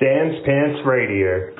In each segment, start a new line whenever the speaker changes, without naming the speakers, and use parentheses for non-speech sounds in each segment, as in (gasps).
Sans Pants Radio.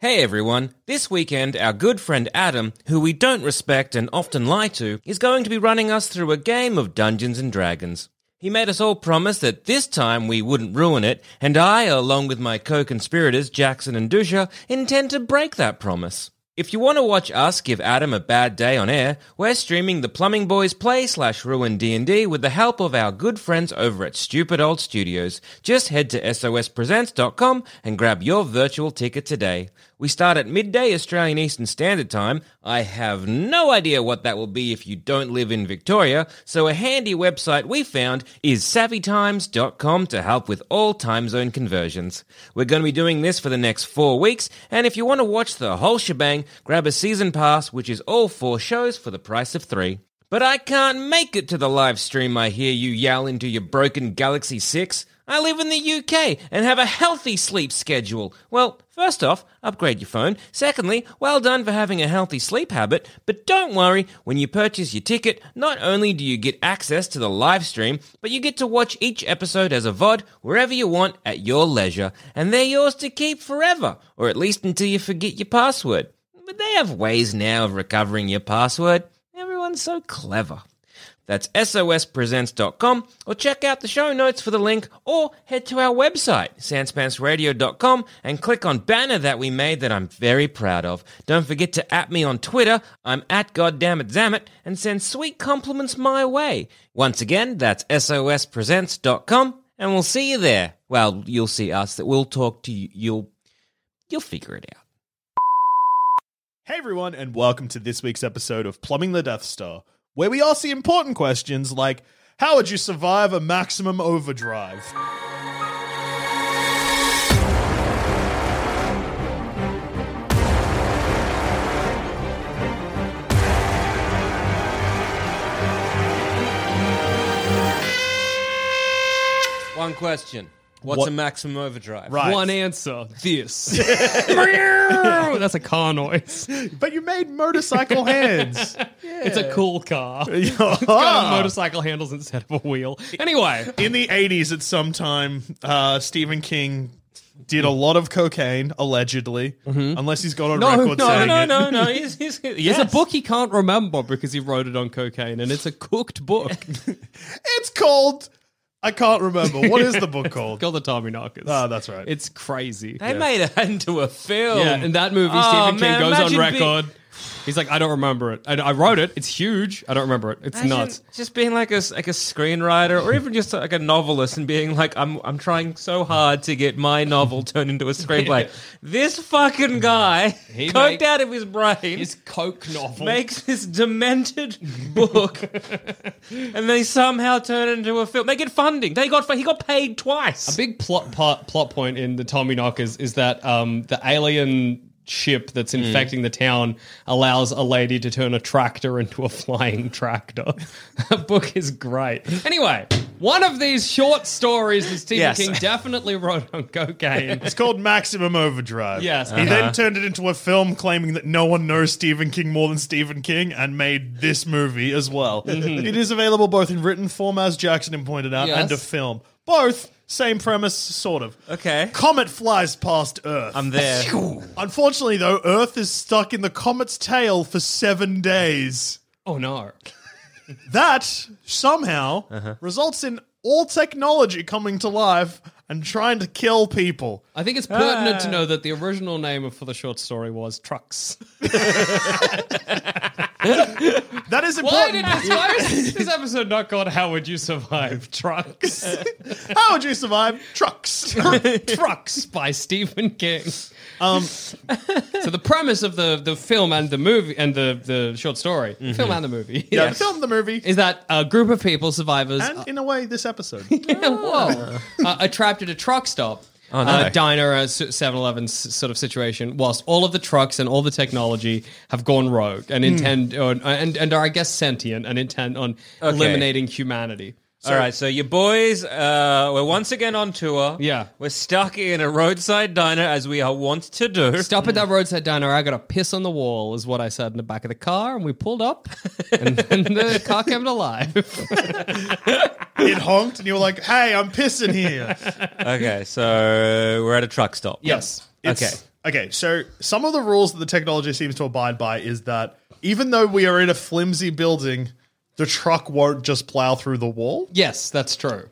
Hey everyone, this weekend our good friend Adam, who we don't respect and often lie to, is going to be running us through a game of Dungeons and Dragons. He made us all promise that this time we wouldn't ruin it, and I, along with my co-conspirators Jackson and Dusha, intend to break that promise. If you want to watch us give Adam a bad day on air, we're streaming the Plumbing Boys Play slash Ruin D&D with the help of our good friends over at Stupid Old Studios. Just head to sospresents.com and grab your virtual ticket today. We start at midday Australian Eastern Standard Time. I have no idea what that will be if you don't live in Victoria, so a handy website we found is savvytimes.com to help with all time zone conversions. We're going to be doing this for the next four weeks, and if you want to watch the whole shebang, grab a season pass, which is all four shows for the price of three. But I can't make it to the live stream I hear you yell into your broken Galaxy 6. I live in the UK and have a healthy sleep schedule. Well, first off, upgrade your phone. Secondly, well done for having a healthy sleep habit. But don't worry, when you purchase your ticket, not only do you get access to the live stream, but you get to watch each episode as a VOD wherever you want at your leisure. And they're yours to keep forever, or at least until you forget your password. But they have ways now of recovering your password. Everyone's so clever. That's sospresents.com or check out the show notes for the link or head to our website, sanspantsradio.com and click on banner that we made that I'm very proud of. Don't forget to at me on Twitter. I'm at goddammit and send sweet compliments my way. Once again, that's sospresents.com and we'll see you there. Well, you'll see us that we'll talk to you. You'll, you'll figure it out.
Hey everyone, and welcome to this week's episode of Plumbing the Death Star, where we ask the important questions like how would you survive a maximum overdrive?
One question. What's
What-
a maximum overdrive? (laughs)
Right.
One answer.
(laughs)
This. Meow. That's a car noise.
But you made motorcycle hands. (laughs)
It's a cool car. It's got
Ah.
motorcycle handles instead of a wheel. Anyway,
In the 80s, at some time, uh, Stephen King did a lot of cocaine, allegedly, unless he's got a
No,
record
no,
saying
Oh, No,
it.
no, no. He's, (laughs) he's, yes.
there's a book he can't remember because he wrote it on cocaine, and it's a cooked book
It's called. I can't remember. What is the book called?
called The Tommy Knockers.
Ah, that's right.
It's crazy.
(laughs) They made it into a film.
Yeah, in that movie,
Oh,
Stephen King
man,
goes on
imagine
record. He's like, I don't remember it. I, I wrote it. It's huge. I don't remember it. It's
Imagine
nuts.
Just being like a like a screenwriter or even just like a novelist and being like, I'm I'm trying so hard to get my novel turned into a screenplay. This fucking guy (laughs)
He
coked
make-
out of his brain.
His coke novel.
(laughs) Makes this demented book, and they somehow turn it into a film. They get funding. They got fu- he got paid twice.
A big plot part, plot point in the Tommy Knockers is that um, the alien ship that's infecting the town allows a lady to turn a tractor into a flying tractor. (laughs) that book is great. Anyway, one of these short stories that Stephen
Yes.
King definitely wrote on (laughs) cocaine.
It's called Maximum Overdrive.
Yes.
He then turned it into a film claiming that no one knows Stephen King more than Stephen King and made this movie as well. It is available both in written form, as Jackson pointed out,
Mm-hmm. Yes.
and a film. Both, same premise, sort of.
Okay.
Comet flies past Earth.
I'm there.
Unfortunately, though, Earth is stuck in the comet's tail for seven days.
Oh no.
That somehow
Uh-huh.
results in all technology coming to life and trying to kill people.
I think it's pertinent to know that the original name for the short story was Trucks.
That is
Why
important.
did this, (laughs) why is this episode not called How Would You Survive (laughs) Trucks?
How would you survive
(laughs)
trucks?
Trucks by Stephen King. Um, so the premise of the, the film and the movie and the, the short story, film and the movie,
yeah,
(laughs)
the film, the movie,
is uh, that a group of people, survivors,
and in a way, this
(laughs)
episode.
Whoa. uh, are trapped at a truck stop.
no.
Uh, diner, a 7 Eleven sort of situation, whilst all of the trucks and all the technology have gone rogue and intend or, and, and are, I guess, sentient and intent on eliminating humanity.
All right, so your boys, uh, we're once again on tour.
Yeah.
We're stuck in a roadside diner as we are wont to do.
Stop at that roadside diner. I got a piss on the wall, is what I said in the back of the car, and we pulled up, (laughs) and, and the car came to life.
it honked, and you were like, "Hey, I'm pissing here."
Okay, so we're at a truck stop.
Yes.
Okay.
Okay, so some of the rules that the technology seems to abide by is that even though we are in a flimsy building, the truck won't just plow through the wall.
Yes, that's true.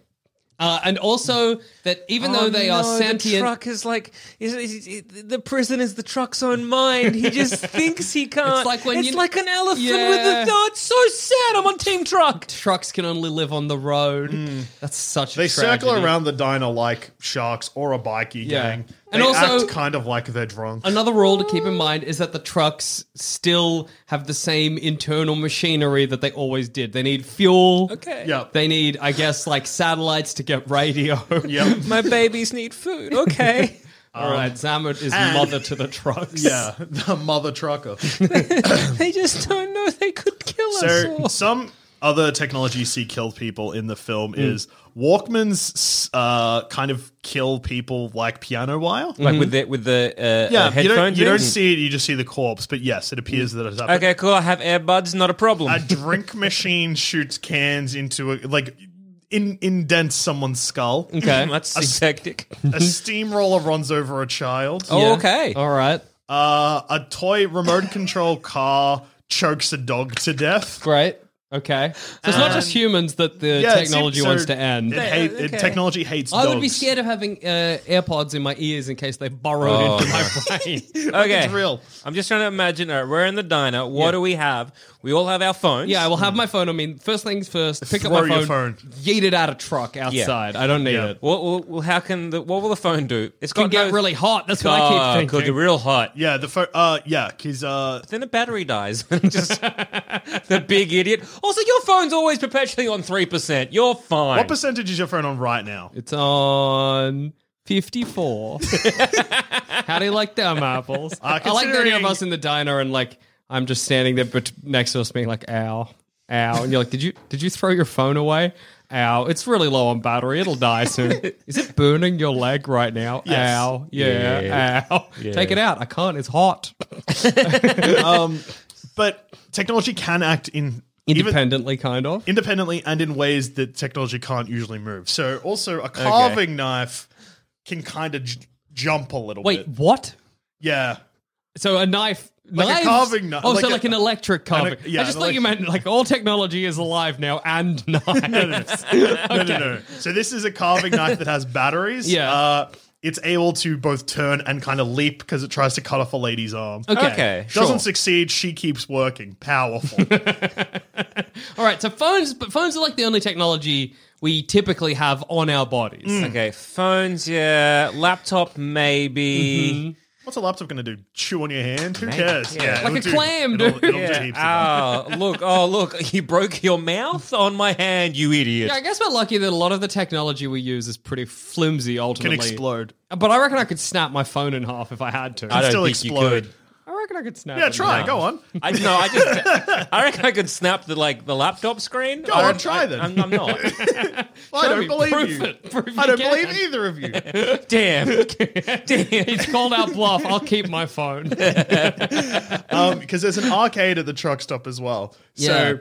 Uh, and also that even though they are
Oh, no,
sentient,
The truck is like is, is, is- the prison is the truck's own mind. He
(laughs)
just thinks he can't.
It's like when
it's
you-
like an elephant
Yeah.
with a. Oh, it's so sad. I'm on team truck.
trucks can only live on the road. That's such a
Hmm. They
tragedy.
circle around the diner like sharks or a bikey
Yeah.
gang. They
And also-
act kind of like they're drunk.
Another rule to keep in mind is that the trucks still have the same internal machinery that they always did. They need fuel.
Okay.
Yeah.
They need, I guess, like satellites to get radio.
Yep.
(laughs)
My babies need food. Okay.
All right, Zamet is mother to the trucks.
yeah, (laughs) the mother trucker.
they just don't know they could kill us.
So
all.
some other technology you see kill people in the film
Hmm.
is Walkmans uh, kind of kill people like piano wire.
Like with the with the uh, uh,
yeah, you
headphone
don't, you don't
Hmm.
things?
see it, you just see the corpse. But yes, it appears that it's
(laughs)
happened.
Okay, cool. I have earbuds. Not a problem.
a drink machine (laughs) shoots cans into a like in, indents someone's skull.
(clears throat)
(clears throat)
okay, that's a tactic.
A
(laughs)
steamroller runs over a child.
Oh, okay.
All right.
Uh, a toy remote control car chokes a dog to death.
Great. Okay. So it's not just humans that the
Um, Yeah, it
technology
seems- so
wants to end.
It hate, it- technology hates.
I would be
dogs.
scared of having uh, AirPods in my ears in case they burrowed
Oh,
into my
(laughs)
(laughs) brain.
Okay.
It's real.
I'm just trying to imagine. All right, we're in the diner. What do we have? We all have our phones.
Yeah, I will have my phone. I mean, first things first, pick
Throw
up my
your
phone,
phone.
yeet it out a truck outside. I don't need
Yeah.
it.
What, what, well, how can the what will the phone do? It's
Can
got
get
no-
really hot. That's what
Oh,
I keep
could
thinking.
get real hot.
Yeah, the fir- uh, yeah, because uh,
Then the battery dies. (laughs) just the big idiot. Also, your phone's always perpetually on three percent. You're fine.
what percentage is your phone on right now?
It's on
(laughs)
54. How do you like them apples? I like the idea of
Uh, considering-
us in the diner and like I'm just standing there but next to us being like, ow, ow. And you're like, did you did you throw your phone away? Ow, it's really low on battery. It'll die soon.
(laughs)
Is it burning your leg right now?
Yes.
Ow, yeah, ow. Take it out. I can't. It's hot.
But technology can act in even-
Independently, kind of.
independently and in ways that technology can't usually move. So also a carving knife can kind of j- jump a little
Wait,
bit.
what?
Yeah.
So a knife,
Like a
knives?
carving knife,
Oh,
like
so
a-
like an electric carving.
yeah,
I just
an
thought you
elect-
meant like all technology is alive now and
(laughs)
(laughs) knives.
No, no, no. So this is a carving knife that has batteries.
Yeah.
Uh, it's able to both turn and kind of leap because it tries to cut off a lady's arm.
Okay.
Okay.
Doesn't
sure.
succeed. She keeps working. Powerful.
All right. So phones, but phones are like the only technology we typically have on our bodies.
Hmm.
Okay, phones. Yeah, laptop maybe.
What's a laptop going to do? Chew on your hand? Who
Mate,
cares?
yeah.
it'll
Like a
do-
clam,
it'll-
dude. Ah.
it'll do
Yeah.
Mm-hmm. heaps of
Oh,
that.
(laughs) look. Oh, look. You broke your mouth on my hand, you idiot.
Yeah, I guess we're lucky that a lot of the technology we use is pretty flimsy
Can
ultimately.
explode.
But I reckon I could snap my phone in half if I had to.
I
I,
don't
Still
think you
explode.
could.
reckon I could snap.
Yeah,
it in
try.
half.
Go on.
I no, I just I reckon I could snap the like the laptop screen. Go
on, try then.
I'm, I'm not.
(laughs) I don't
me.
believe
Proof
you.
it. Proof
I
you
don't
can.
believe either of you.
Damn.
(laughs) He's called out bluff. I'll keep my phone.
(laughs) because Um, there's an arcade at the truck stop as well.
Yeah.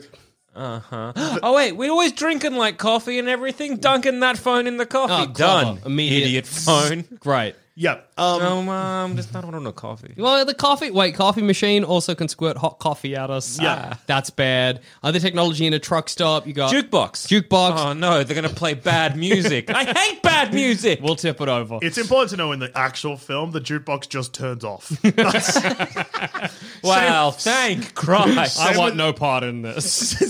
So
Oh wait, we're always drinking like coffee and everything. Dunking that phone in the coffee.
Oh, clever.
Done.
Immediate.
Idiot phone.
Great.
Yeah. Um,
No, mom, just not want a coffee.
Well, the coffee, wait, coffee machine also can squirt hot coffee at us. Ah,
Yeah.
That's bad. Other technology in a truck stop, you got
Jukebox.
Jukebox.
Oh no, they're gonna play bad music. I hate bad music.
We'll tip it over.
It's important to know in the actual film, the jukebox just turns
(laughs)
off. (laughs)
wow, thank Christ.
I
same
want
with-
no part
(laughs)
in this.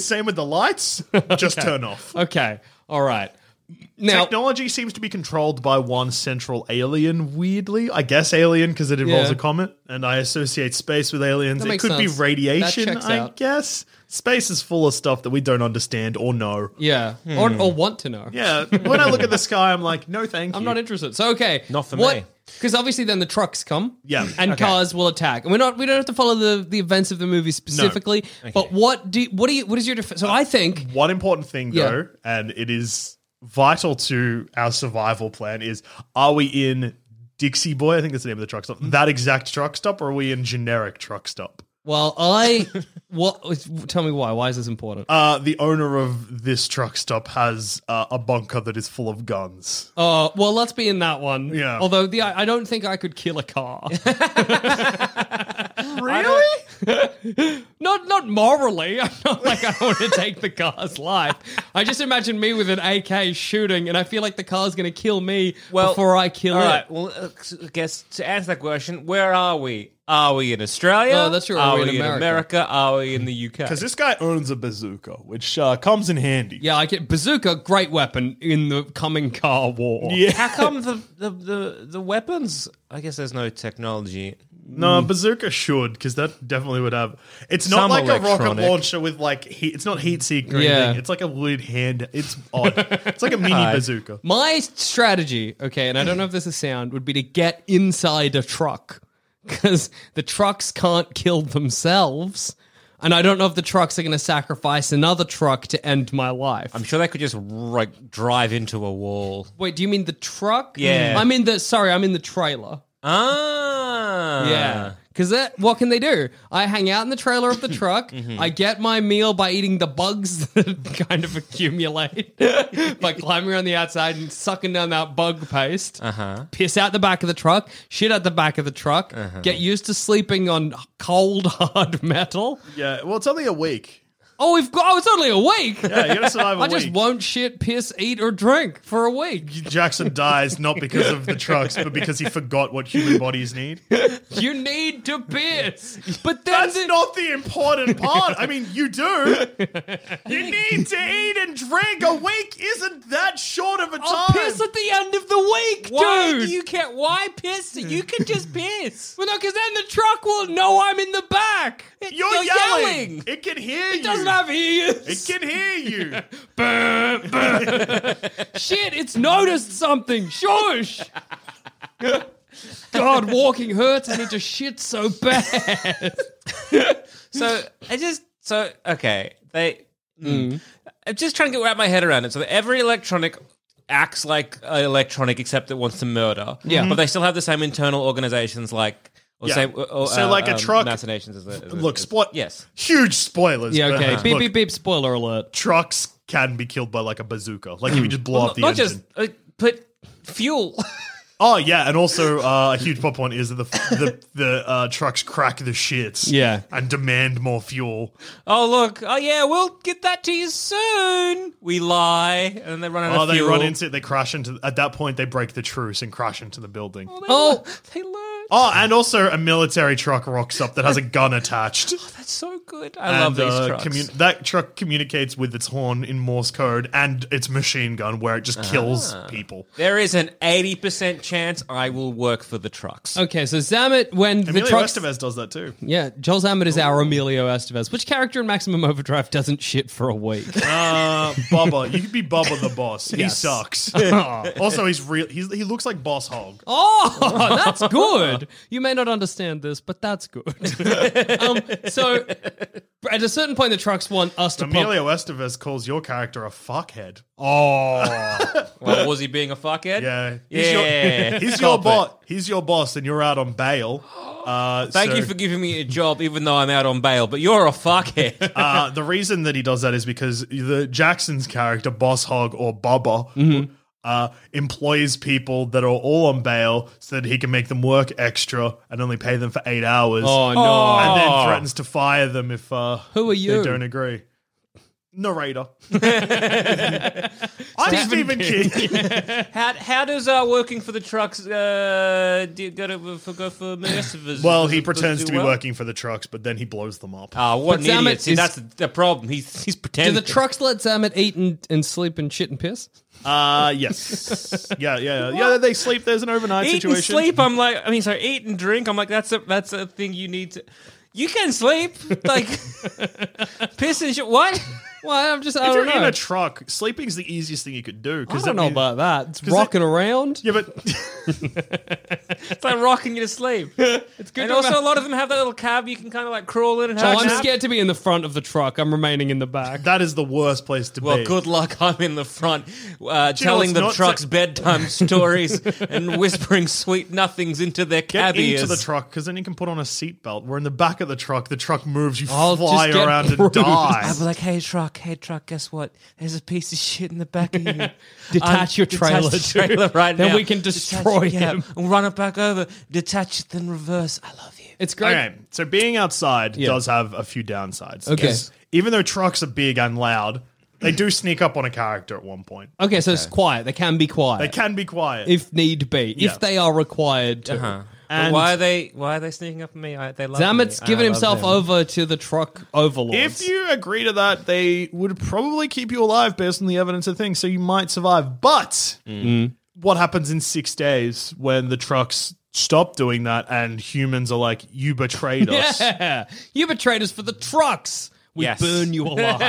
Same with the lights, just turn off.
Okay. All right. Now,
Technology seems to be controlled by one central alien, weirdly. I guess alien because it involves
Yeah.
a comet, and I associate space with aliens.
That
It
makes
could be
sense. That
radiation,
checks
I
out.
guess. Space is full of stuff that we don't understand or know.
yeah,
Hmm.
or, or want to know.
Yeah, when I look at the sky, I'm like, no, thank
I'm
you.
not interested. So okay,
Not for me.
Because obviously, then the trucks come,
Yeah,
and
okay.
cars will attack. And we're not. We don't have to follow the, the events of the movie specifically. But what do what do you what is your def- so I think
One important thing,
Yeah.
though, and it is vital to our survival plan is: are we in Dixie Boy? I think that's the name of the truck stop.
Mm-hmm.
That exact truck stop, or are we in generic truck stop?
well I (laughs) what tell me why why is this important?
Uh, the owner of this truck stop has uh, a bunker that is full of guns.
Uh, well, let's be in that one.
Yeah.
Although the I I don't think I could kill
(laughs)
a car.
Really?
(laughs) not not morally. (laughs) I'm not like I want to take the car's life. I just imagine me with an AK shooting, and I feel like the car's going to kill me before I kill
all
it.
right, well, uh, I guess to answer that question, where are we? Are we in Australia?
Oh, that's true,
Are, we in America? Are we in the UK?
Because this guy owns a bazooka, which uh, comes in handy.
Yeah, I get bazooka, great weapon in the coming car war.
How come the, the, the, the weapons? I guess there's no technology.
Mm.
No, bazooka should because that definitely would have. It's not
Some
like a rocket
electronic.
launcher with like heat. It's not heat seek or
Yeah.
anything. It's like a weird hand. It's odd. it's like a
(laughs)
mini bazooka.
My strategy, okay, and I don't know if this is sound, would be to get inside a truck because the trucks can't kill themselves. And I don't know if the trucks are going to sacrifice another truck to end my life.
I'm sure they could just like drive into a wall.
Wait, do you mean the truck?
Yeah.
I'm in the, sorry, I'm in the trailer.
Ah,
Yeah. Because Uh, that, what can they do? I hang out in the
(laughs)
trailer of the truck.
Mm-hmm.
I get my meal by eating the bugs (laughs) that kind of accumulate (laughs) by climbing around the outside and sucking down that bug paste. Uh-huh. Piss out the back of the truck, shit out the back of the truck,
Uh-huh.
get used to sleeping on cold, (laughs) hard metal.
Yeah. Well, it's only a week.
Oh, we've got, oh, it's only a week.
Yeah, you gotta
(laughs)
survive a
I just
week.
won't shit, piss, eat, or drink for a week.
Jackson dies not because of the trucks, but because he forgot what human bodies need.
You
(laughs)
need to piss. But then
That's
the-
not the important part. I mean, you
(laughs)
do. You need to eat and drink. A week isn't that short of a time.
I'll piss at the end of the week,
Why
dude.
do you care? Why piss? You can
(laughs)
just piss.
Well, no, because then the truck will know I'm in the back. It,
You're,
they're
yelling. It can hear you.
It doesn't have
It
ears.
can hear you.
Shit, it's noticed something. Shush. God, walking hurts. I need to shit so bad.
So I just so okay. They. Mm. I'm just trying to get wrap my head around it. So that every electronic acts like uh, electronic, except it wants to murder. Yeah, but they still have the same internal organizations, like or
Yeah.
same. Or,
So,
uh,
like, a
um,
truck-
Machinations is a, is a-
Look,
is-
spot.
Yes.
Huge spoilers.
(laughs) Yeah,
but (laughs)
okay.
look,
Beep, beep, beep. Spoiler alert.
Trucks can be killed by like a bazooka. Like if you just blow up
Not,
the
not
engine.
just uh, but fuel.
Oh yeah, and also uh, a huge pop point is that the the, the uh, trucks crack the shits.
(laughs) Yeah.
and demand more fuel.
oh look. Oh yeah. We'll get that to you soon. We lie, and then they run out
Oh,
of
they
fuel.
run into it. They crash into. At that point, they break the truce and crash into the building.
They
Oh.
learn- they learn.
Oh, and also a military truck rocks up that has a gun attached.
That's so good. I (laughs) love
And,
these
uh,
trucks.
commu- that truck communicates with its horn in Morse code and its machine gun, where it
Ah.
just kills people.
There is an 80% chance I will work for the trucks.
Okay, so Zamet, when the
Emilio
truck.
Estevez does that
(laughs)
too.
Yeah, Joel Zamet is our Emilio Estevez. Which character in Maximum Overdrive doesn't shit for a week?
(laughs) Uh, Bubba, you could be Bubba the boss.
(laughs)
He sucks. (laughs) also, he's real. He's, he looks like Boss Hog.
Oh, that's good. You may not understand this, but that's
(laughs)
good. um, so, at a certain point, the trucks want us to pump.
Emilio Estevez calls your character a fuckhead.
Oh,
Well, was he being a fuckhead?
Yeah, Uh, he's
Yeah.
your, (laughs) he's your
Stop
boss.
it.
He's your boss, and you're out on bail. (gasps) Uh,
Thank
so,
you for giving me a job, even though I'm out on bail, but you're a fuckhead.
uh,
Mm-hmm.
the reason that he does that is because the Jackson's character, Boss Hog or Bubba, uh, employs people that are all on bail so that he can make them work extra and only pay them for eight hours.
Oh, no.
And then threatens to fire them if uh,
(laughs) Who are you?
they don't agree.
(laughs)
Narrator. I'm Stephen King.
(laughs)
How, how does uh, working for the trucks uh, do you go, to, for, go for most of us?
Well, he
does- does
pretends
do
to be
well?
working for the trucks, but then he blows them up.
Ah, what
But
an
Zamet
idiot! See,
is-
that's the problem. He's he's
Do
pretending.
the trucks let Zamet eat and, and sleep and shit and piss?
Uh
(laughs)
yes. yeah, yeah, yeah. yeah. They sleep. There's an overnight
eat and
situation.
sleep? I'm like, I mean, sorry, eat and drink. I'm like, that's a that's a thing you need to. You can sleep, like (laughs) piss and shit. What?
Well, I'm just, I
If
don't
you're in
know.
a truck, sleeping's the easiest thing you could do.
Oh, I
Because
don't know about
(laughs)
that. It's
it-
rocking around.
Yeah, but (laughs)
It's like rocking you to sleep.
It's
and
to
also,
know.
a lot of them have that little cab you can kind of like crawl in and have.
Oh,
a
I'm
nap.
scared to be in the front of the truck. I'm remaining in the back.
that is the worst place to
Well,
be.
good luck. I'm in the front, uh,
you know
telling
what's
the
not
trucks (laughs)
so-
bedtime stories and whispering sweet nothings into their
Get
cab
into
ears.
the truck because then you can put on a seatbelt. We're in the back of the truck. The truck moves. You
I'll
fly
just get
around and
bruised.
die.
I'd be like, "Hey truck, hey truck, guess what? There's a piece of shit in the back
(laughs)
of you.
Detach your trailer,
detach the trailer
dude.
right
Then
now.
we can
Detach
destroy
it, yeah,
him.
and run it back over. Detach it, then reverse. I love you.
It's great.
Okay, so being outside
Yeah.
does have a few downsides.
Okay.
'Cause Even though trucks are big and loud, they do sneak up on a character at one point.
Okay, so it's quiet. They can be
They
quiet
can be quiet.
if need be,
Yeah.
if they are required to.
Uh-huh. But why are they? Why are they sneaking up on me? I, they love
Zamet's
me. I
given
love
himself
them.
over to the truck overlords.
If you agree to that, they would probably keep you alive based on the evidence of things, so you might survive. But what happens in six days when the trucks stop doing that and humans are like, you betrayed us?
yeah, you betrayed us for the trucks. We
Yes. (laughs)
burn you alive.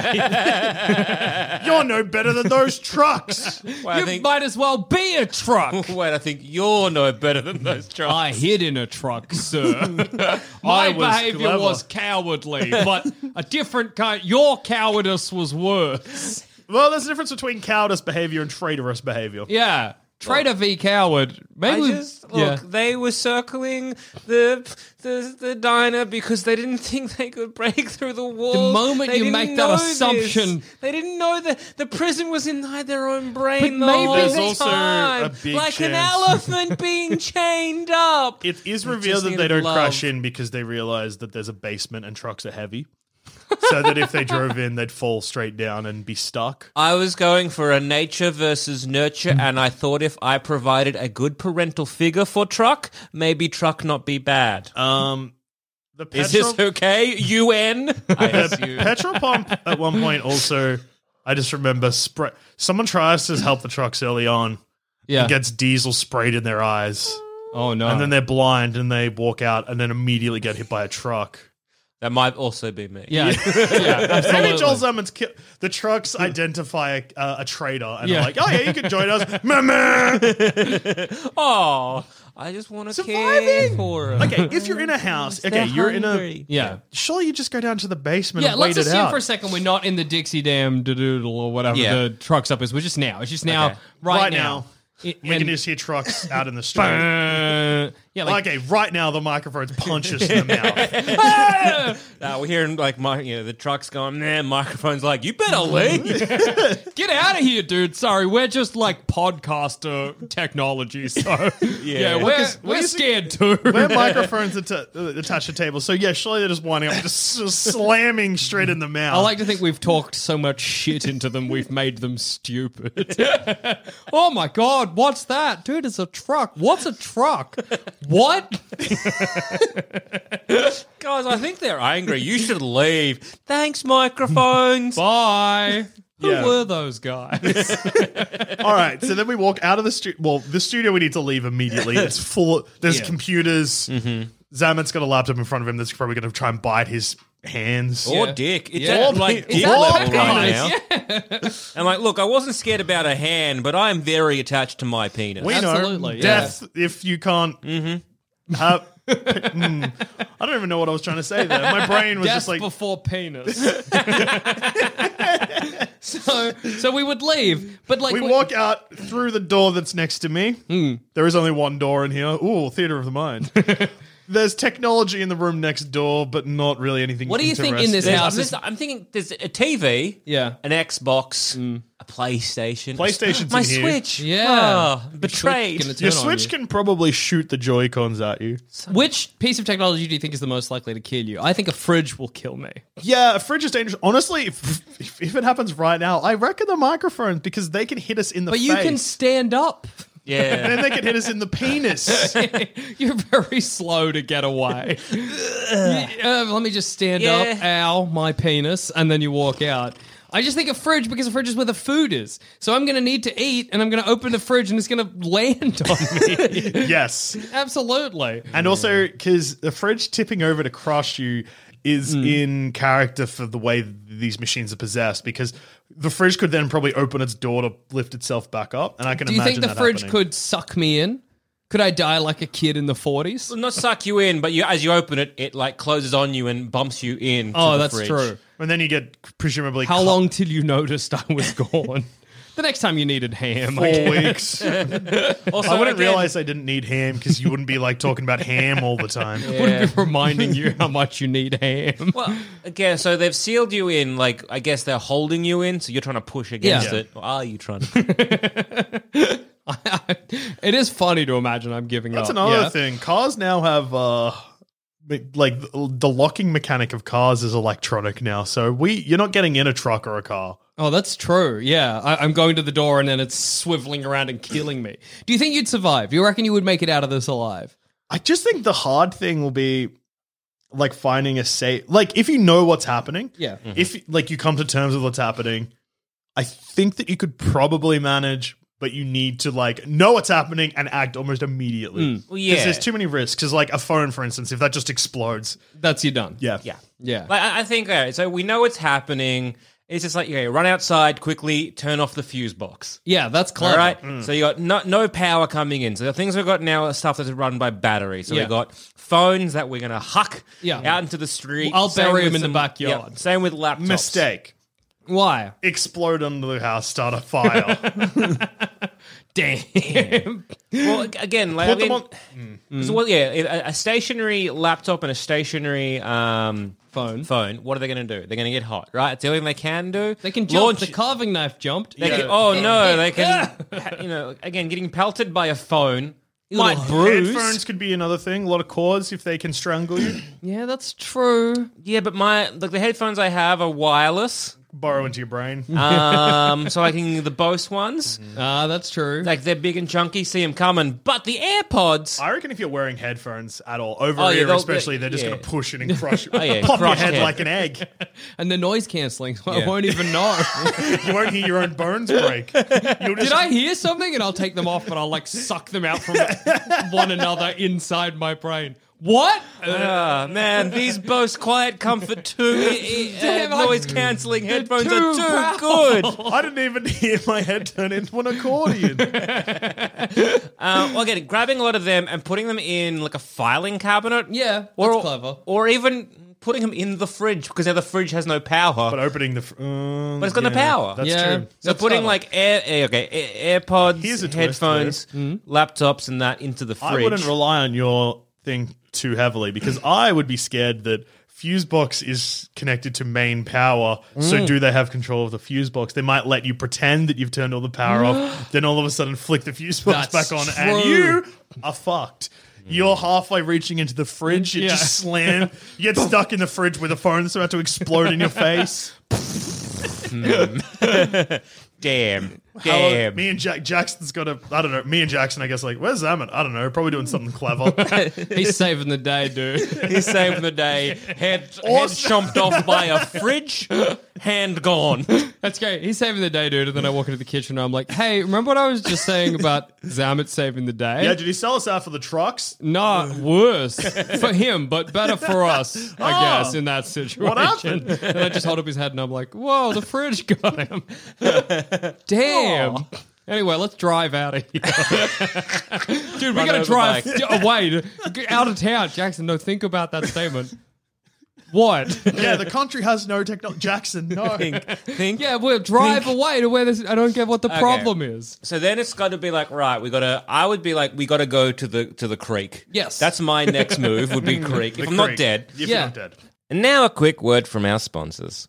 You're no better than those trucks.
Wait, I
you
think,
might as well be
(laughs)
a truck.
wait, I think you're no better than those trucks.
(laughs) I hid in a
(laughs)
truck, sir. My
was
behavior
clever.
was cowardly, but a different kind. Your cowardice was worse.
well, there's a difference between cowardice behavior and traitorous behavior.
Yeah, traitor v coward.
I
Maybe we-
just look. They were circling the, the the diner because they didn't (laughs) think they could break through the wall.
moment
They
you
didn't
make that
know this.
assumption-
they didn't know that the prison was inside their own brain.
But
the
maybe
whole
There's
also a
time.
big
like an
chance.
elephant
(laughs)
being chained up.
It is
just
revealed that
needed
they don't
love.
crash in because they realize that there's a basement and trucks are heavy. so that if they drove in, they'd fall straight down and be stuck.
I was going for a nature versus
Mm.
nurture, and I thought if I provided a good parental figure for Truck, maybe Truck not be bad.
Uh,
Um, the
is this
petrol-
okay?
(laughs)
UN? I assume.
petrol pump at one point also i just remember spray someone tries to help the trucks early on
yeah.
and gets diesel sprayed in their eyes
oh no.
and then they're blind and they walk out and then immediately get hit by a truck
That might also be me.
yeah,
(laughs)
yeah,
Maybe Joel
absolutely.
Zimmerman's ki- the trucks identify a, uh, a traitor and
Yeah.
are like, oh yeah, you can join
(laughs)
us. Meh, meh.
Oh, I just want to care
Surviving!
for him.
okay, if you're in
(laughs)
a house, okay,
They're
you're in
hungry.
Yeah.
a. Surely you just go down to the basement
Yeah,
and wait
let's
it
assume
out.
for a second we're not in the Dixie Dam doodle or whatever
Yeah.
the truck's up is. We're just now. It's just now,
Okay.
right,
Right
now.
now.
It-
we can
and-
just hear trucks out
(laughs)
in the street.
Uh, (laughs) yeah, like,
okay, right now the microphone's punches in the mouth.
(laughs)
Now we're hearing like my, you know, the truck's going there. Microphone's like, you (laughs) better leave.
get out of here, dude. Sorry, we're just like podcaster technology. (laughs) So yeah, we're,
Because
we're
we-
scared too.
Their
(laughs)
microphones atta- uh, attached to tables, so yeah, surely they're just winding up, just, s- slamming straight in the mouth.
I like to think we've talked so much shit into them, we've made them stupid. (laughs) oh my god, what's that? Dude, it's a truck. What's a truck? What?
Guys, I think they're angry. You should (laughs) leave. Thanks, microphones.
Bye. Who
Yeah.
were those guys?
All right, so then we walk out of the studio. Well, the studio we need to leave immediately. It's
(laughs)
full. There's
Yeah. Mm-hmm.
computers. Zamet's got a laptop in front of him that's probably going to try and bite his hands.
Oh,
Or dick. It's
Yeah.
at, like
Or
dick level
penis.
right now. And like, look, I wasn't scared about a hand, but I'm very attached to my penis.
we know
Absolutely, yeah. Mm-hmm.
death if you can't. have- (laughs) mm. I don't even know what I was trying to say there. My brain was
Death
just like,
before penis. (laughs) so, so we would leave, but like Hmm.
we walk out through the door that's next to me. There is only one door in here. Ooh, theater of the mind.
(laughs)
There's technology in the room next door, but not really anything.
What do you think in
interesting.
this
There's-
house
I'm,
is-
just- I'm thinking there's a TV,
Yeah.
an Xbox, a PlayStation.
PlayStation's
my
in Mm. here.
Switch.
Yeah.
Ah,
Your Switch
betrayed.
gonna turn
Your
on
Switch
you.
can probably shoot the Joy Cons at you.
Which
Piece of technology do you think is the most likely to kill you? I think a fridge will kill me.
Yeah, a fridge is dangerous. Honestly, if, if, if it happens right now, I reckon the microphones because they can hit us in the
But
face.
you can stand up.
yeah.
and then they can hit us in
(laughs)
the penis.
You're very slow to get away. Yeah, uh, let me just stand up,
Yeah.
ow, my penis, and then you walk out. I just think a fridge because a fridge is where the food is. So I'm going to need to eat and I'm going to open the fridge and it's going to land on me.
yes.
Absolutely.
And also because the fridge tipping over to crush you is
Hmm.
in character for the way these machines are possessed because the fridge could then probably open its door to lift itself back up. And I can
Do you
imagine
think the
that
fridge
happening.
could suck me in? Could I die like a kid in the 40s?
Not suck you in, but you as you open it, it like closes on you and bumps you in. to
Oh,
the
that's
fridge.
true.
And then you get presumably
How
cut
long till you noticed I was gone? the next time you needed ham. I
Four
guess. (laughs)
weeks.
Also,
I
again,
wouldn't realize I didn't need ham because you wouldn't be like talking about ham all the time.
Wouldn't be reminding you how much you need ham.
Well, again, so they've sealed you in. Like, I guess they're holding you in, so you're trying to push against
Yeah.
it. Or are you
(laughs)
trying to?
it is funny to imagine I'm giving
That's
up.
another
yeah?
thing. Cars now have uh me- like the locking mechanic of cars is electronic now. So we you're not getting in a truck or a car.
Oh, that's true. Yeah, I, I'm going to the door and then it's swiveling around and killing me. Do you think you'd survive? Do you reckon you would make it out of this alive?
I just think the hard thing will be like finding a safe like if you know what's happening.
Yeah.
If like you come to terms with what's happening, I think that you could probably manage but you need to like know what's happening and act almost immediately.
Well,
'Cause
Mm. yeah.
there's too many risks. Because like a phone, for instance, if that just explodes,
That's you done.
yeah,
yeah.
Yeah.
Like, I I think uh, so. We know it's happening. It's just like, yeah, run outside quickly, turn off the fuse box.
yeah, that's
All
clever. Mm.
right. So you got no, no power coming in. So the things we've got now are stuff that's run by battery. So
Yeah.
we've got phones that we're going to huck
Yeah.
out into the street.
I'll
Same
bury 'em
with
in the
some-
backyard.
yeah, same with laptops.
mistake.
Why?
Explode under the house, start a fire.
Damn.
Well, ag- again, like,
Put
I
them
mean, so what- yeah, it- a- a stationary laptop and a stationary um,
Phone.
Phone. What are they going to do? They're going to get hot, right? It's the only thing they can do.
They can jump.
launch.
The carving knife jumped.
they can, oh no, they can. you know, again, getting pelted by a phone might (laughs)
Ugh.
bruise.
Headphones could be another thing. A lot of cords if they can strangle you.
Yeah, that's true.
Yeah, but my look, the headphones I have are wireless.
Borrow into your brain.
um, so I can the Bose ones.
Ah, that's true.
Like they're big and chunky, see them coming. But the AirPods,
I reckon if you're wearing headphones at all, over
Oh, yeah,
ear
they'll-
especially, they're just
yeah. Oh,
going to push it
(laughs)
and crush you.
yeah,
Pop your
crushed
head
head.
like an egg.
and the noise canceling, so I
Yeah.
won't even know.
(laughs) You won't hear your own bones break. You'll just,
Did I hear something? And I'll take them off, but I'll like suck them
(laughs)
out from one another inside my brain. What?
Ah, man, these Bose Quiet Comfort Two i- i-
(laughs) Damn,
uh,
I-
noise cancelling headphones are
too
too
loud. (laughs)
good. Uh,
I didn't even (laughs) hear my head turn into an
(laughs)
accordion.
well, again, Oh, grabbing a lot of them and putting them in like a filing cabinet.
Yeah,
or
that's clever.
Or even putting them in the fridge because now the fridge has no power.
but opening the. Fr- um,
But it's got no power.
That's
Yeah.
true.
So
That's
putting
clever.
like air, air okay, air, AirPods,
Here's a twist
headphones, laptops, and that into the fridge.
I wouldn't rely on your thing too heavily
(clears throat)
because I would be scared that fuse box is connected to main power.
Mm.
So do they have control of the fuse box? They might let you pretend that you've turned all the power off,
(gasps)
then all of a sudden flick the fuse box
That's
back on,
true. Mm.
and you are fucked. You're halfway reaching into the fridge. It
Yeah.
just
(laughs)
slam. You get stuck in the fridge with a phone that's about to explode in your
(laughs)
face.
Damn,
Hello,
damn.
Me and Jack Jackson's got a. I don't know. Me and Jackson, I guess, like where's Zaman? I don't know. Probably doing something
(laughs)
clever.
He's saving the day, dude.
(laughs) He's saving the day. Head,
Awesome.
head chomped off by a (laughs) fridge. Hand gone.
That's great. He's saving the day, dude. And then I walk into the kitchen and I'm like, hey, remember what I was just saying about Zamet saving the day?
yeah, did he sell us out for the trucks?
(laughs)
Not worse for him, but better for us, I
Oh.
guess, in that situation.
happened?
(laughs) And I just hold up his head and I'm like, whoa, the fridge (laughs)
(laughs)
got him. Damn. Anyway, let's drive out of
(laughs)
here. Dude, we
Run
got to
over
drive
bike.
(laughs) away, to- out of town. Jackson, no, think about that statement.
(laughs)
What?
Yeah, the country has no technology. Jackson, no.
Think.
(laughs) Yeah, we'll drive away to where this. I don't get what the
Okay.
problem is.
So then it's got to be like, right, we got to. I would be like, we got to go to the to the creek.
Yes.
that's my next move would be
(laughs)
creek. if I'm not
Creek.
dead.
If
Yeah.
you're not dead.
And now a quick word from our sponsors.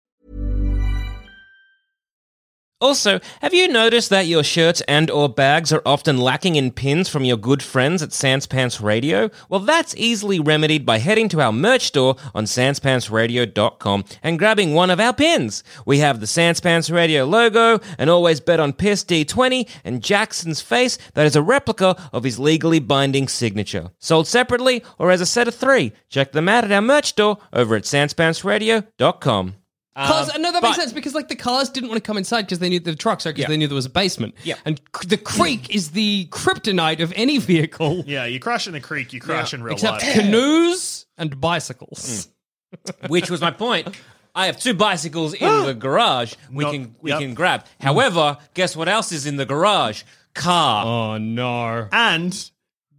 Also, have you noticed that your shirts and or bags are often lacking in pins from your good friends at Sans Pants Radio? Well, that's easily remedied by heading to our merch store on sanspantsradio.com and grabbing one of our pins. We have the Sans Pants Radio logo, an always bet on piss D20, and Jackson's face that is a replica of his legally binding signature. Sold separately or as a set of three. Check them out at our merch store over at sanspantsradio.com.
Cars,
Um,
no, that
but-
makes sense because like the cars didn't want to come inside because they knew the trucks, because they knew there was a basement.
Yeah.
and c- the creek is the kryptonite of any vehicle,
(laughs) Yeah, you crash in a creek, you crash in real life.
except
Mm.
(laughs) canoes and bicycles.
which was my point. I have two bicycles in (gasps) the garage we
No,
can we
yep.
can grab. However, guess what else is in the garage? Car.
Oh no!
And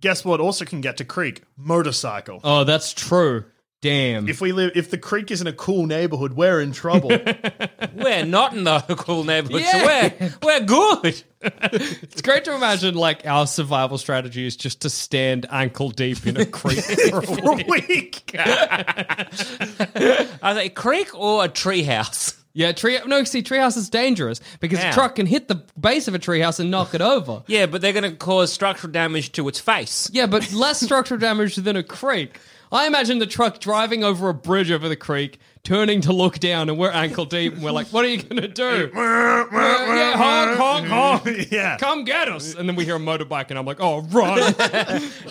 guess what? Also can get to creek motorcycle.
Oh, that's true. Damn.
If we live, if the creek isn't a cool neighborhood, we're in trouble.
(laughs)
We're not in the (laughs) cool neighborhood,
Yeah.
so we're we're good.
(laughs) it's great to imagine like our survival strategy is just to stand ankle deep
(laughs)
in a creek for a
For
week.
a week.
Are they a creek or a treehouse?
Yeah, tree. No, see, treehouse is dangerous because
How?
a truck can hit the base of a treehouse and knock it over.
Yeah, but they're going to cause structural damage to its (laughs) face.
Yeah, but less structural damage than a creek. I imagine the truck driving over a bridge over the creek, turning to look down, and we're ankle deep, and we're like, "What are you gonna do?
(laughs)
Yeah, honk, honk,
(laughs)
honk.
Yeah.
Come get us!" And then we hear a motorbike, and I'm like,
(laughs)
"Oh, run!"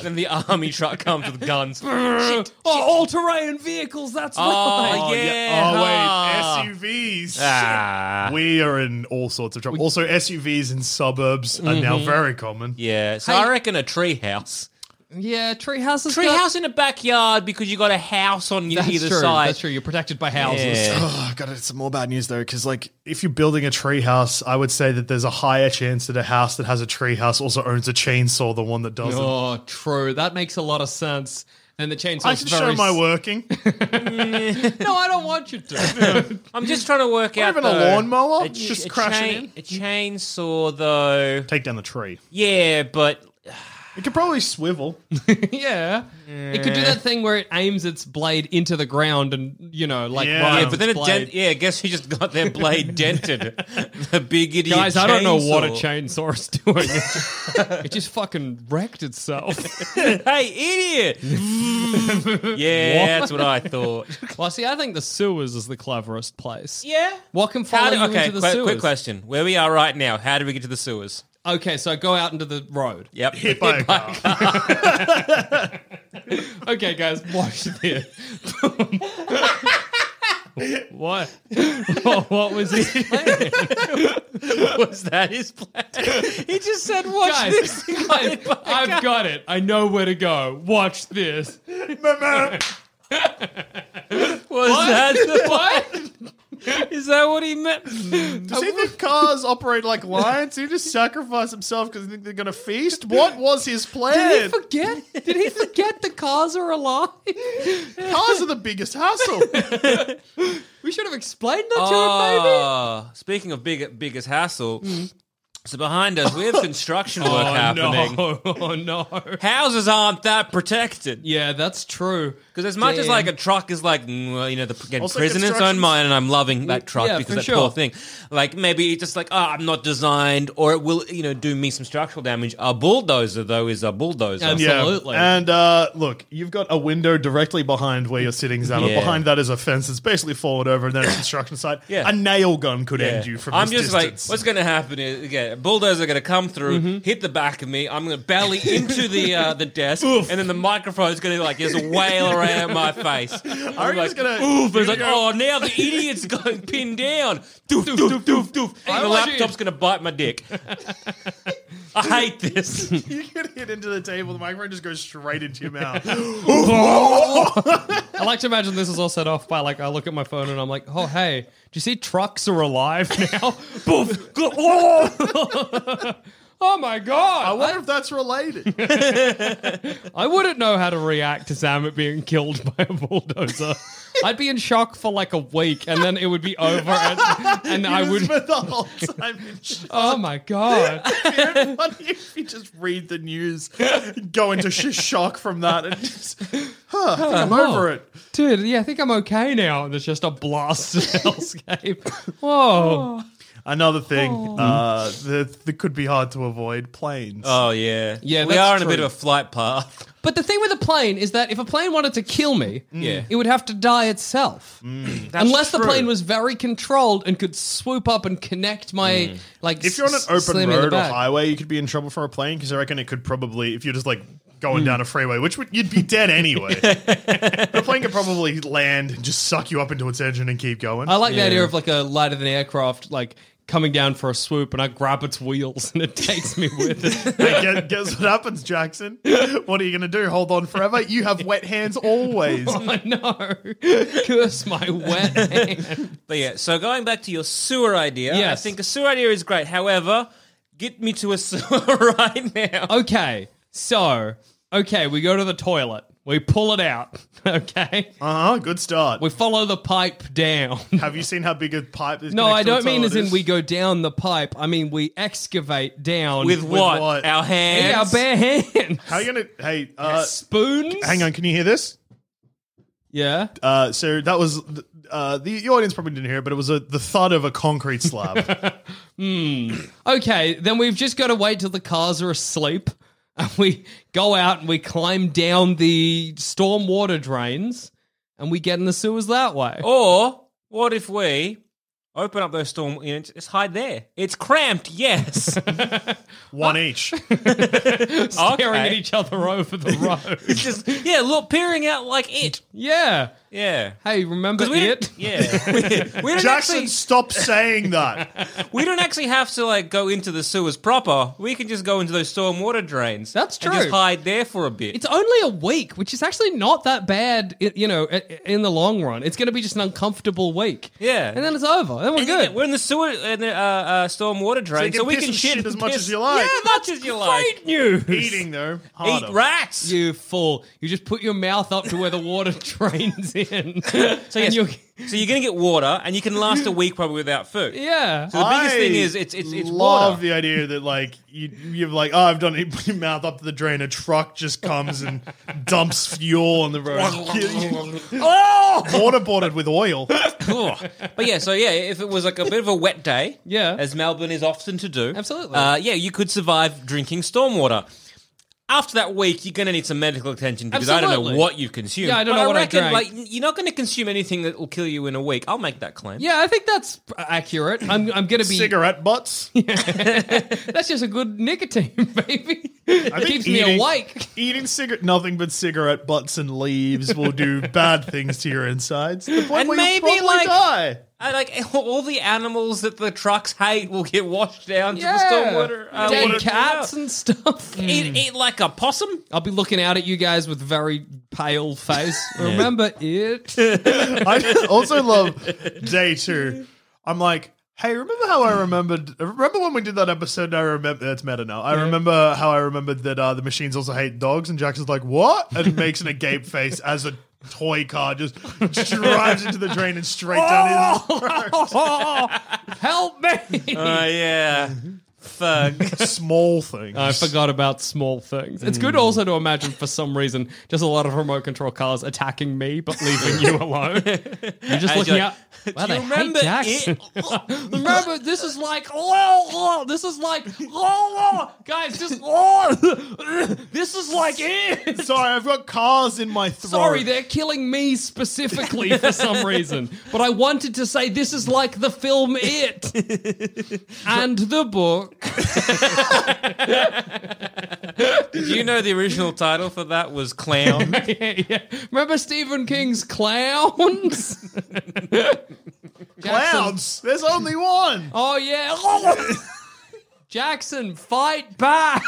Then the army truck comes with guns. (laughs)
(laughs) oh, all-terrain vehicles. That's right.
Oh, yeah.
Oh
Ah.
wait, SUVs.
Ah.
We are in all sorts of trouble. Also, SUVs in suburbs are now
Mm-hmm.
very common.
Yeah, so I reckon a treehouse.
Yeah, treehouse is got-
Treehouse in a backyard because you got a house on
That's
either
true.
side.
That's true. You're protected by houses.
Yeah.
(laughs)
Oh, God, it's some more bad news though, because like if you're building a treehouse, I would say that there's a higher chance that a house that has a treehouse also owns a chainsaw than one that doesn't.
Oh, true. That makes a lot of sense. And the chainsaw.
I can show my
(laughs)
working.
No, I don't want you (laughs) to.
I'm just trying to work out.
even a
though,
lawnmower?
a ch-
Just
a chain-
crashing
A chainsaw, though.
Take down the tree.
Yeah, but
It could probably
(laughs)
swivel.
yeah. It could do that thing where it aims its blade into the ground and, you know, like,
Yeah.
rhymes
yeah, but then it
blade.
dent. Yeah, guess who just got their
(laughs)
blade dented? the big idiot.
Guys, I don't know what a
chainsaw.
chainsaw is doing. It
(laughs)
just, (laughs) it just fucking wrecked itself. (laughs)
Hey, idiot! yeah, that's what I thought.
well, see, I think the sewers is the cleverest place.
Yeah.
What can follow
How do,
you
okay,
into the
quick,
sewers?
quick question: Where we are right now? How do we get to the sewers?
Okay, so go out into the road.
Yep.
Hit by a car.
Okay, guys, watch this. what? what? What was his plan?
was that his plan? he just said, "Watch
guys, (laughs)
this."
guys, I've got it. I know where to go. Watch this.
Was that the
(laughs) What?
Is that what he meant?
Does he think cars operate like lions? He just sacrificed himself because he think they're going to feast? What was his
Did he
plan?
forget? Did he forget the cars are alive? (laughs)
Cars are the biggest hassle.
We should have explained that
Ah, speaking of big, biggest hassle, so behind us we have
(laughs)
construction work happening.
Mm. Oh, No, (laughs) oh no.
Houses aren't that protected.
Yeah, that's true.
Because as much as like a truck is like mm, well, you know the again,
Also,
prison in its own
construction's- Mm,
mind, and I'm loving that truck
yeah,
because
for
that
sure.
poor thing, like maybe it's just like oh, I'm not designed, or it will you know do me some structural damage. A bulldozer though is a bulldozer.
And- Absolutely.
Yeah. And uh, look, you've got a window directly behind where you're sitting, Zama.
Yeah.
Behind that is a fence that's basically fallen over and then
(coughs)
a construction site.
Yeah.
A nail gun could end
Yeah.
you from
I'm just
this distance. Mm-hmm.
like, what's going to happen is again, a bulldozer going to come through, hit the back of me. I'm going to belly
(laughs)
into the uh, the desk, and then the microphone's going to like just wail around my
(laughs)
face. I'm
reckon
like,
it's gonna- (laughs)
oof!
you're
It's like,
gonna go-
oh, now the idiot's (laughs) going pinned down. Doof doof doof doof. And the
imagine-
laptop's going to bite my dick. (laughs) I hate this.
you could hit into the table, the microphone just goes straight into
(laughs)
your mouth.
I like to imagine this is all set off by like I look at my phone and I'm like, oh hey, do you see trucks are alive now? (laughs) Boof. Go- oh! oh my
I
god!
wonder if
(laughs)
that's related.
I wouldn't know how to react to Zamet being killed by a bulldozer. I'd be in shock for like a week, and then it would be over, and, and I would.
spend the whole
(laughs)
time in shock.
Oh my god!
What if you just read the news, go into sh- shock from that, and just, huh, I think I'm over it.
Dude, yeah, I think I'm okay now. And it's just a (laughs) blasted hellscape. Whoa.
Another thing uh, that, that could be hard to avoid planes.
(laughs) Oh yeah,
Yeah,
We
that's
are on a bit
true.
of a flight path.
But the thing with a plane is that if a plane wanted to kill me,
Mm.
Yeah.
it would have to die itself. Unless the
true.
plane was very controlled and could swoop up and connect my like
Mm. if you're on an
s-
open
slam me in the
road or
back.
highway, you could be in trouble for a plane because I reckon it could probably, if you're just like
Hmm.
going down a freeway, which would you'd be dead
(laughs)
anyway. but a plane could probably land and just suck you up into its engine and keep going.
I like the idea of like a lighter than aircraft like coming down for a swoop and I grab its wheels and it takes me with it.
(laughs) Hey, gu- guess what happens, Jackson? What are you going to do? Hold on forever? You have wet hands
(laughs)
always.
I know. Curse my wet hand.
But yeah, so going back to your sewer idea, I
Yes.
think a sewer idea is great. However, get me to a (laughs) sewer right now.
Oh. Okay, so okay, we go to the toilet. We pull it out. (laughs) Okay,
Uh huh. Good start.
we follow the pipe down.
Have you seen how big a pipe this?
No,
connects
I
to the
don't mean
toilet
as in
is?
we go down the pipe. I mean we excavate down
With, what?
what?
Our
Yeah,
hands.
our bare hands.
How you gonna? Hey, uh,
Spoons.
hang on. Can you hear this?
Yeah.
Uh, so that was uh, the, the audience probably didn't hear it, but it was a, the thud of a concrete
(laughs)
slab.
Okay, then we've just got to wait till the cars are asleep. And we go out and we climb down the storm water drains and we get in the sewers that way.
Oh,
Or what if we open up those storm you know, just hide there? It's cramped, yes.
One each.
(laughs) Staring
okay.
at each other
(laughs)
over the road.
It's (laughs) just yeah, look, peering out like it.
(laughs) yeah.
Yeah.
Hey, remember
'Cause we
it? (laughs)
didn't- Yeah. We, we don't
Jackson,
actually
stop
(laughs)
saying that.
we don't actually have to like go into the sewers proper. We can just go into those storm water drains.
That's
And just
true.
hide there for a bit.
It's only a week, which is actually not that bad, i- you know, i- in the long run. It's going to be just an uncomfortable week.
Yeah.
And then it's over. Then we're
And
good.
yeah, we're in the sewer and the uh, uh, storm water drain,
you
so,
can
we
piss
can
and
shit,
shit as
and
much
piss-
as you like.
Yeah, as much as you like.
Great news.
Eating though, harder.
Eat rats.
(laughs) You fool. You just put your mouth up to where the water (laughs) drains
(laughs)
in.
So
And
yes,
you're-
so you're gonna get water, and you can last a week probably without food.
yeah.
So the biggest
I
thing is it's it's it's
love
water.
the idea that like you you're like oh I've done it. (laughs) Put your mouth up to the drain. A truck just comes and dumps fuel on the road.
(laughs)
oh, waterboarded with oil.
but yeah, so yeah, if it was like a bit of a wet day,
Yeah.
as Melbourne is often to do,
Absolutely.
uh, yeah, you could survive drinking stormwater. After that week, you're going to need some medical attention because I don't know
Absolutely.
what you've consumed.
Yeah, I don't
But
know what I
reckon,
drank.
Like, you're not going to consume anything that will kill you in a week. I'll make that claim.
yeah, I think that's accurate. I'm, I'm going to be.
Cigarette butts.
(laughs)
That's just a good nicotine, (laughs) baby.
I
It
think
keeps me
eating-
(laughs)
awake.
Eating cigarette, nothing but cigarette butts and leaves
(laughs)
will do bad things to your insides. to The point
And
where
maybe,
you'll probably
like-
die.
I like (laughs) all the animals that the trucks hate will get washed down to the stormwater. uh, water
Dead
drain.
cats Hmm. and stuff. (laughs)
Eat, eat like a possum.
I'll be looking out at you guys with very pale face. Remember it?
I also love day two. I'm like, hey, remember how I remembered? Remember when we did that episode? I remember that's meta now. I remember how I remembered that uh, the machines also hate dogs, and Jackson's like, what? And makes an agape face as a toy car just drives into the drain and straight down
Oh!
his
Help me!
Oh, yeah. Fuck.
small thing.
I forgot about small things. It's good also to imagine for some reason just a lot of remote control cars attacking me but leaving you alone. You're just
And
looking
you're
out.
like,
Wow,
"Do
they
you remember
remember hate Jackson. (laughs) remember, this is like oh, oh, this is like oh, oh, guys, just oh, this is like it.
Sorry, I've got cars in my throat.
Sorry, they're killing me specifically for some reason. But I wanted to say this is like the film It and the book.
Do you know the original title for that was Clown?
(laughs) yeah, yeah. Remember Stephen King's Clowns?
(laughs)
Jackson-
clowns. There's only one.
Oh yeah. (laughs) Oh. Jackson,
(laughs)
fight back.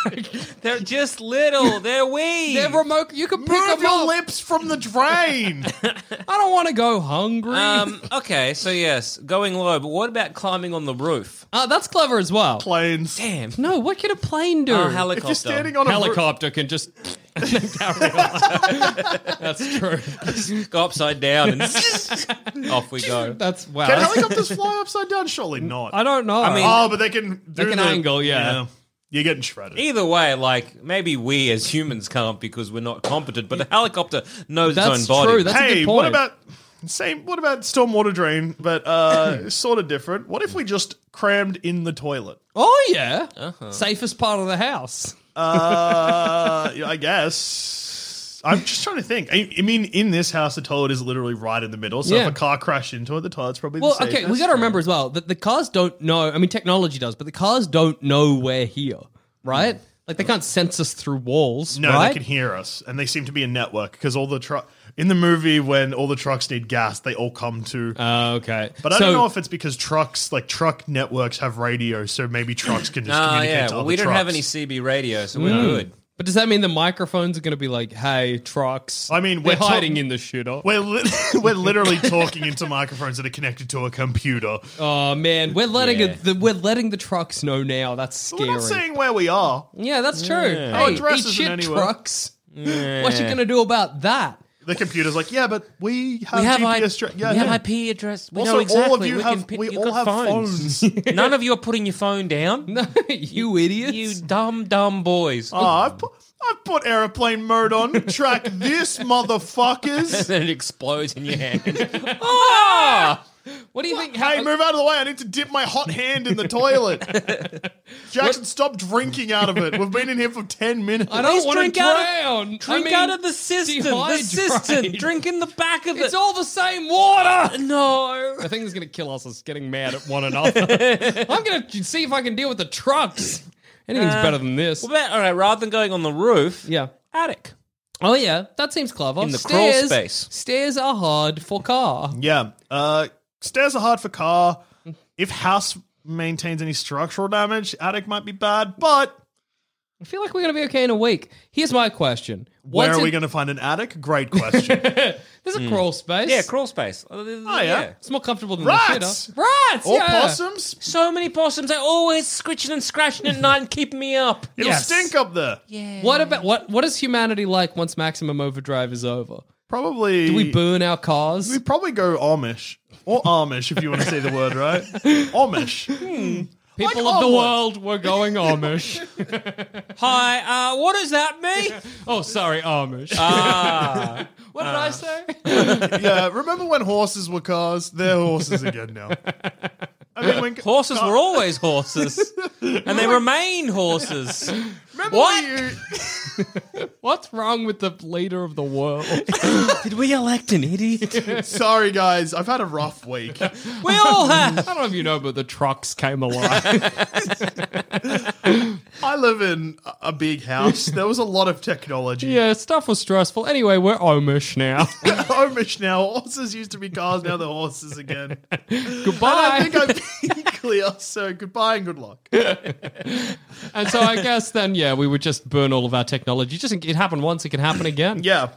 They're just little. They're wee.
(laughs) They're remote. You can pick
Move
them
your
up.
lips from the
(laughs)
drain.
I don't want to go hungry.
um, okay, so yes, going low, but what about climbing on the roof?
Ah, that's clever as well.
Planes.
Damn.
no, what could a plane do?
Oh, helicopter.
If you're standing on a
Helicopter can just carry on. that's true.
(laughs) Go upside down and off we go.
That's wow.
Can helicopters
(laughs)
fly upside down? Surely not.
I don't know.
I mean-
oh, but they can do
They can
the-
angle, yeah.
You're getting shredded.
Either way, like maybe we as humans can't because we're not competent, but a helicopter knows
that's
its own body.
true. That's a
hey,
good point.
what about same? What about stormwater drain, but
(laughs)
uh, sort of different? What if we just crammed in the toilet?
Oh yeah,
Uh-huh.
safest part of the house.
Uh, yeah, I guess. I'm just trying to think. I, I mean, in this house, the toilet is literally right in the middle. So
Yeah.
if a car crashed into it, the toilet's probably
Well,
the
okay,
safest.
we got to remember as well that the cars don't know. I mean, technology does, but the cars don't know we're here, right? Like they can't sense us through walls,
No,
right?
they can hear us, and they seem to be a network because all the truck in the movie when all the trucks need gas, they all come to.
Oh,
Uh, okay,
but I
So-
don't know if it's because trucks, like truck networks, have radio, so maybe trucks
(laughs)
can just
Ah,
communicate
yeah.
to
Well,
other
we don't have
trucks.
any CB radio, so we're good.
But does that mean the microphones are going to be like, "Hey, trucks"?
I mean,
we're
we're talk-
hiding in the shooter.
We're li- (laughs)
(laughs)
we're literally talking into microphones that are connected to a computer.
Oh man, we're letting
Yeah.
it, the, we're letting the trucks know now. That's
We're
scary.
not saying where we are.
yeah, that's true.
Our
Hey,
address
eat
isn't
shit,
anywhere.
trucks. What you going to do about that? (laughs)
The computer's like, yeah, but we have
We have,
GPS. Tra-
I-
yeah,
we
yeah.
have IP address. We
Also,
know exactly.
all of you
we
have-
can pick-
we
you've
all
got
have phones.
(laughs) None of you are putting your phone down.
No, you idiots.
You dumb, dumb boys. (laughs)
Oh, I've put, I've put airplane mode on. Track
(laughs)
this, motherfuckers.
and it explodes in your hand.
what do you think?
Hey, move out of the way. I need to dip my hot hand in the toilet.
(laughs)
Jackson, stop drinking out of it. We've been in here for 10 minutes.
I don't want to
drink out of-
drown.
Drink
I mean,
out of the system. The
dehydrate.
system. Drink in the back of it.
It's all the same
Uh,
water.
no.
The thing that's going to kill us is getting mad
(laughs)
at one another. I'm going to see if I can deal with the trucks. Anything's
Uh,
better than this.
What about, all right, rather than going on the roof,
Yeah.
attic.
Oh yeah, that seems clever.
In the crawl
stairs,
space.
Stairs are hard for car.
(laughs) Yeah. Uh, stairs are hard for car. If house maintains any structural damage, attic might be bad, but
I feel like we're going to be okay in a week. Here's my question:
where
Once
are we
it-
going to find an attic? Great
(laughs)
question.
There's a crawl space.
Hmm. Yeah, crawl space. Oh,
yeah.
It's more comfortable than
Rats!
the shitter. Rats.
or
yeah.
possums?
So many possums. They're always scritching and scratching at night and keeping me up.
It'll
Yes.
stink up there.
What about what? What is humanity like once maximum overdrive is over?
Probably.
Do we burn our cars?
We probably go Amish or Amish if you want to say the word
(laughs)
right. Amish.
Hmm. People
Like
of the
omelets.
world, we're going (laughs) Amish.
Hi, uh, what does that
(laughs)
mean?
oh, sorry, Amish. (laughs) what did I say?
Yeah. Remember when horses were cars? They're horses again now. I mean, when
Horses were always horses, and
(laughs)
they remain horses.
remember
what?
When you,
What's wrong with the leader of the (laughs) world?
Did we elect an idiot?
(laughs) sorry, guys. I've had a rough week.
We all
I
have.
(laughs)
don't know if you know, but the trucks came alive.
I live in a- a big house. There was a lot of technology. (laughs)
(laughs) yeah, stuff was stressful. Anyway, we're Amish now.
Amish now. Horses used to be cars. Now they're horses again.
(laughs) Goodbye.
I think I've been (laughs) clear. So goodbye and good luck.
and so I guess then, yeah, Mm-hmm. we would just burn all of our technology. Just in- it happened once, it can happen again.
Yeah.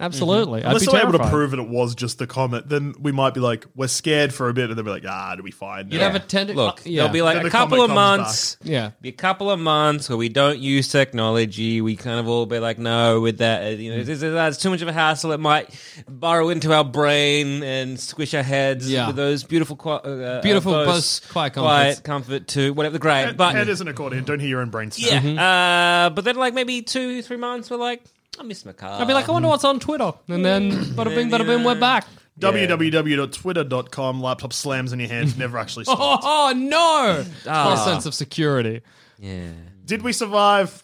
Absolutely. I'd
Unless
be
they were able to
terrified.
prove that it was just the comet, then we might be like, we're scared for a bit, and they'll be like, ah, it'll be fine.
You'd
now."
have a tend-
Look,
uh, yeah.
there'll be like
Then
a
the
couple
comet
of
comes
months.
Yeah.
Be a couple of months where we don't use technology. We kind of all be like, no, with that, uh, you
Mm.
know, this is, that's too much of a hassle. It might burrow into our brain and squish our heads
Yeah.
with those beautiful, qua- uh, uh,
Beautiful
Bose
Bose quiet comforts.
quiet comfort too. Whatever, great.
Head-
but
head is an accordion. Don't hear your own brain snap.
yeah,
Mm-hmm.
uh, but then like maybe two, three months, we're like, I miss my car.
I'd be like, oh, I wonder what's on Twitter. And (laughs) then, bada bing, bada boom, we're back. (laughs)
www.twitter.com laptop slams in your
(laughs)
hand never actually
Oh,
stopped.
oh, no! Our sense of security.
yeah.
Did we survive?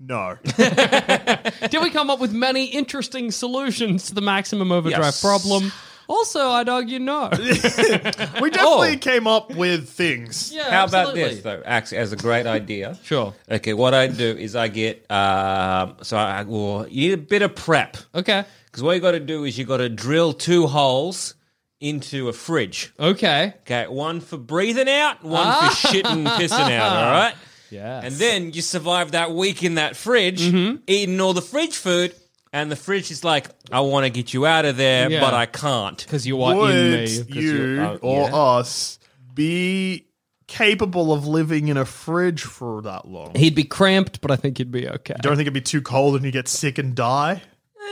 No.
Did we come up with many interesting solutions to the maximum overdrive
Yes.
problem? Also, I'd argue
(laughs)
no. (laughs)
We definitely came up with things.
Oh. Yeah,
How
absolutely.
about this though? Actually, as a great idea.
Sure.
Okay, what I do is I get um, so I well you need a bit of prep
Okay.
because what you got to do is you got to drill two holes into a fridge.
Okay.
Okay, one for breathing out, one for shitting and pissing out. All right.
Ah. Yes. Mm-hmm.
And then you survive that week in that fridge, eating all the fridge food, and the fridge is like, I want to get you out of there,
Yeah.
but I can't.
Because you are in me.
Would
'Cause
you
oh,
or
yeah.
us be capable of living in a fridge for that long?
He'd be cramped, but I think he'd be okay.
Don't think it'd be too cold and you get sick and die?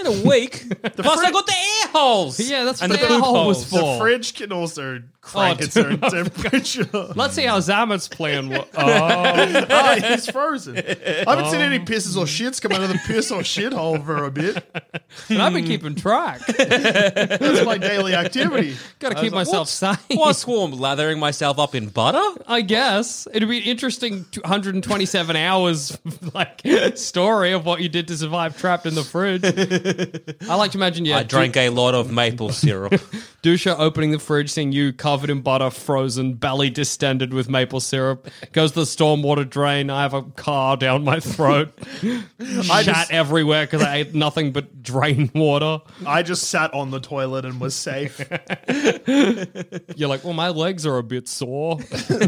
In a
(laughs)
week. Plus, I
fridge-
got the air holes.
Yeah, that's
and
what
the
the air
poop
hole was
holes. (laughs)
for.
The fridge can also crank
Oh,
its
(laughs)
own temperature. (laughs)
Let's see how Zamet's plan was. Oh,
Ah, he's frozen. I haven't seen any pisses or shits come out of the piss or shithole for a bit.
and I've been keeping track.
That's my daily activity.
Got to keep myself sane.
What's warm? Lathering myself up in butter?
I guess it'd be an interesting 127 hours (laughs) like story of what you did to survive trapped in
(laughs)
the fridge. I like to imagine yeah,
I drank a lot of maple
(laughs)
syrup.
Du- Dusha opening the fridge, seeing you covered in butter, frozen, belly distended with maple syrup. Goes to the stormwater drain. I have a car down
(laughs)
my throat, shat everywhere because I ate nothing but drain water.
I just sat on the toilet and was safe.
You're like, well, my legs are a bit sore.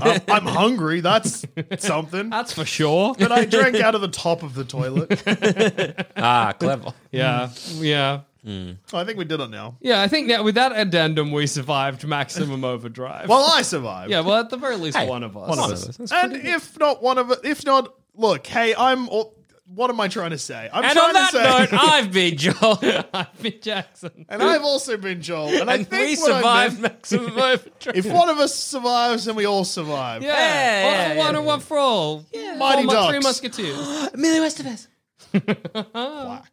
I'm, I'm hungry. That's something.
That's for sure.
But I drank out of the top of the toilet.
ah, clever.
Yeah, yeah.
I think we did it now.
Yeah, I think that with that addendum, we survived maximum overdrive.
Well, I survived.
yeah, well, at the very least, one of us.
One of us. And if not one of us, if not, look, hey, I'm. All, what am I trying to say? I'm
And
trying
on that
to say.
note, I've been
(laughs)
Joel.
Mick Jackson.
(laughs) and I've also been Joel. And, I
and
think
we
what I
survived
meant- (laughs)
maximum overdrive.
if one of us survives, then we all survive.
Yeah,
Yeah,
all
yeah,
for
yeah,
one and one for all.
Mighty
Four mu- Three
Ducks.
Musketeers.
Emilio Estevez.
Whack.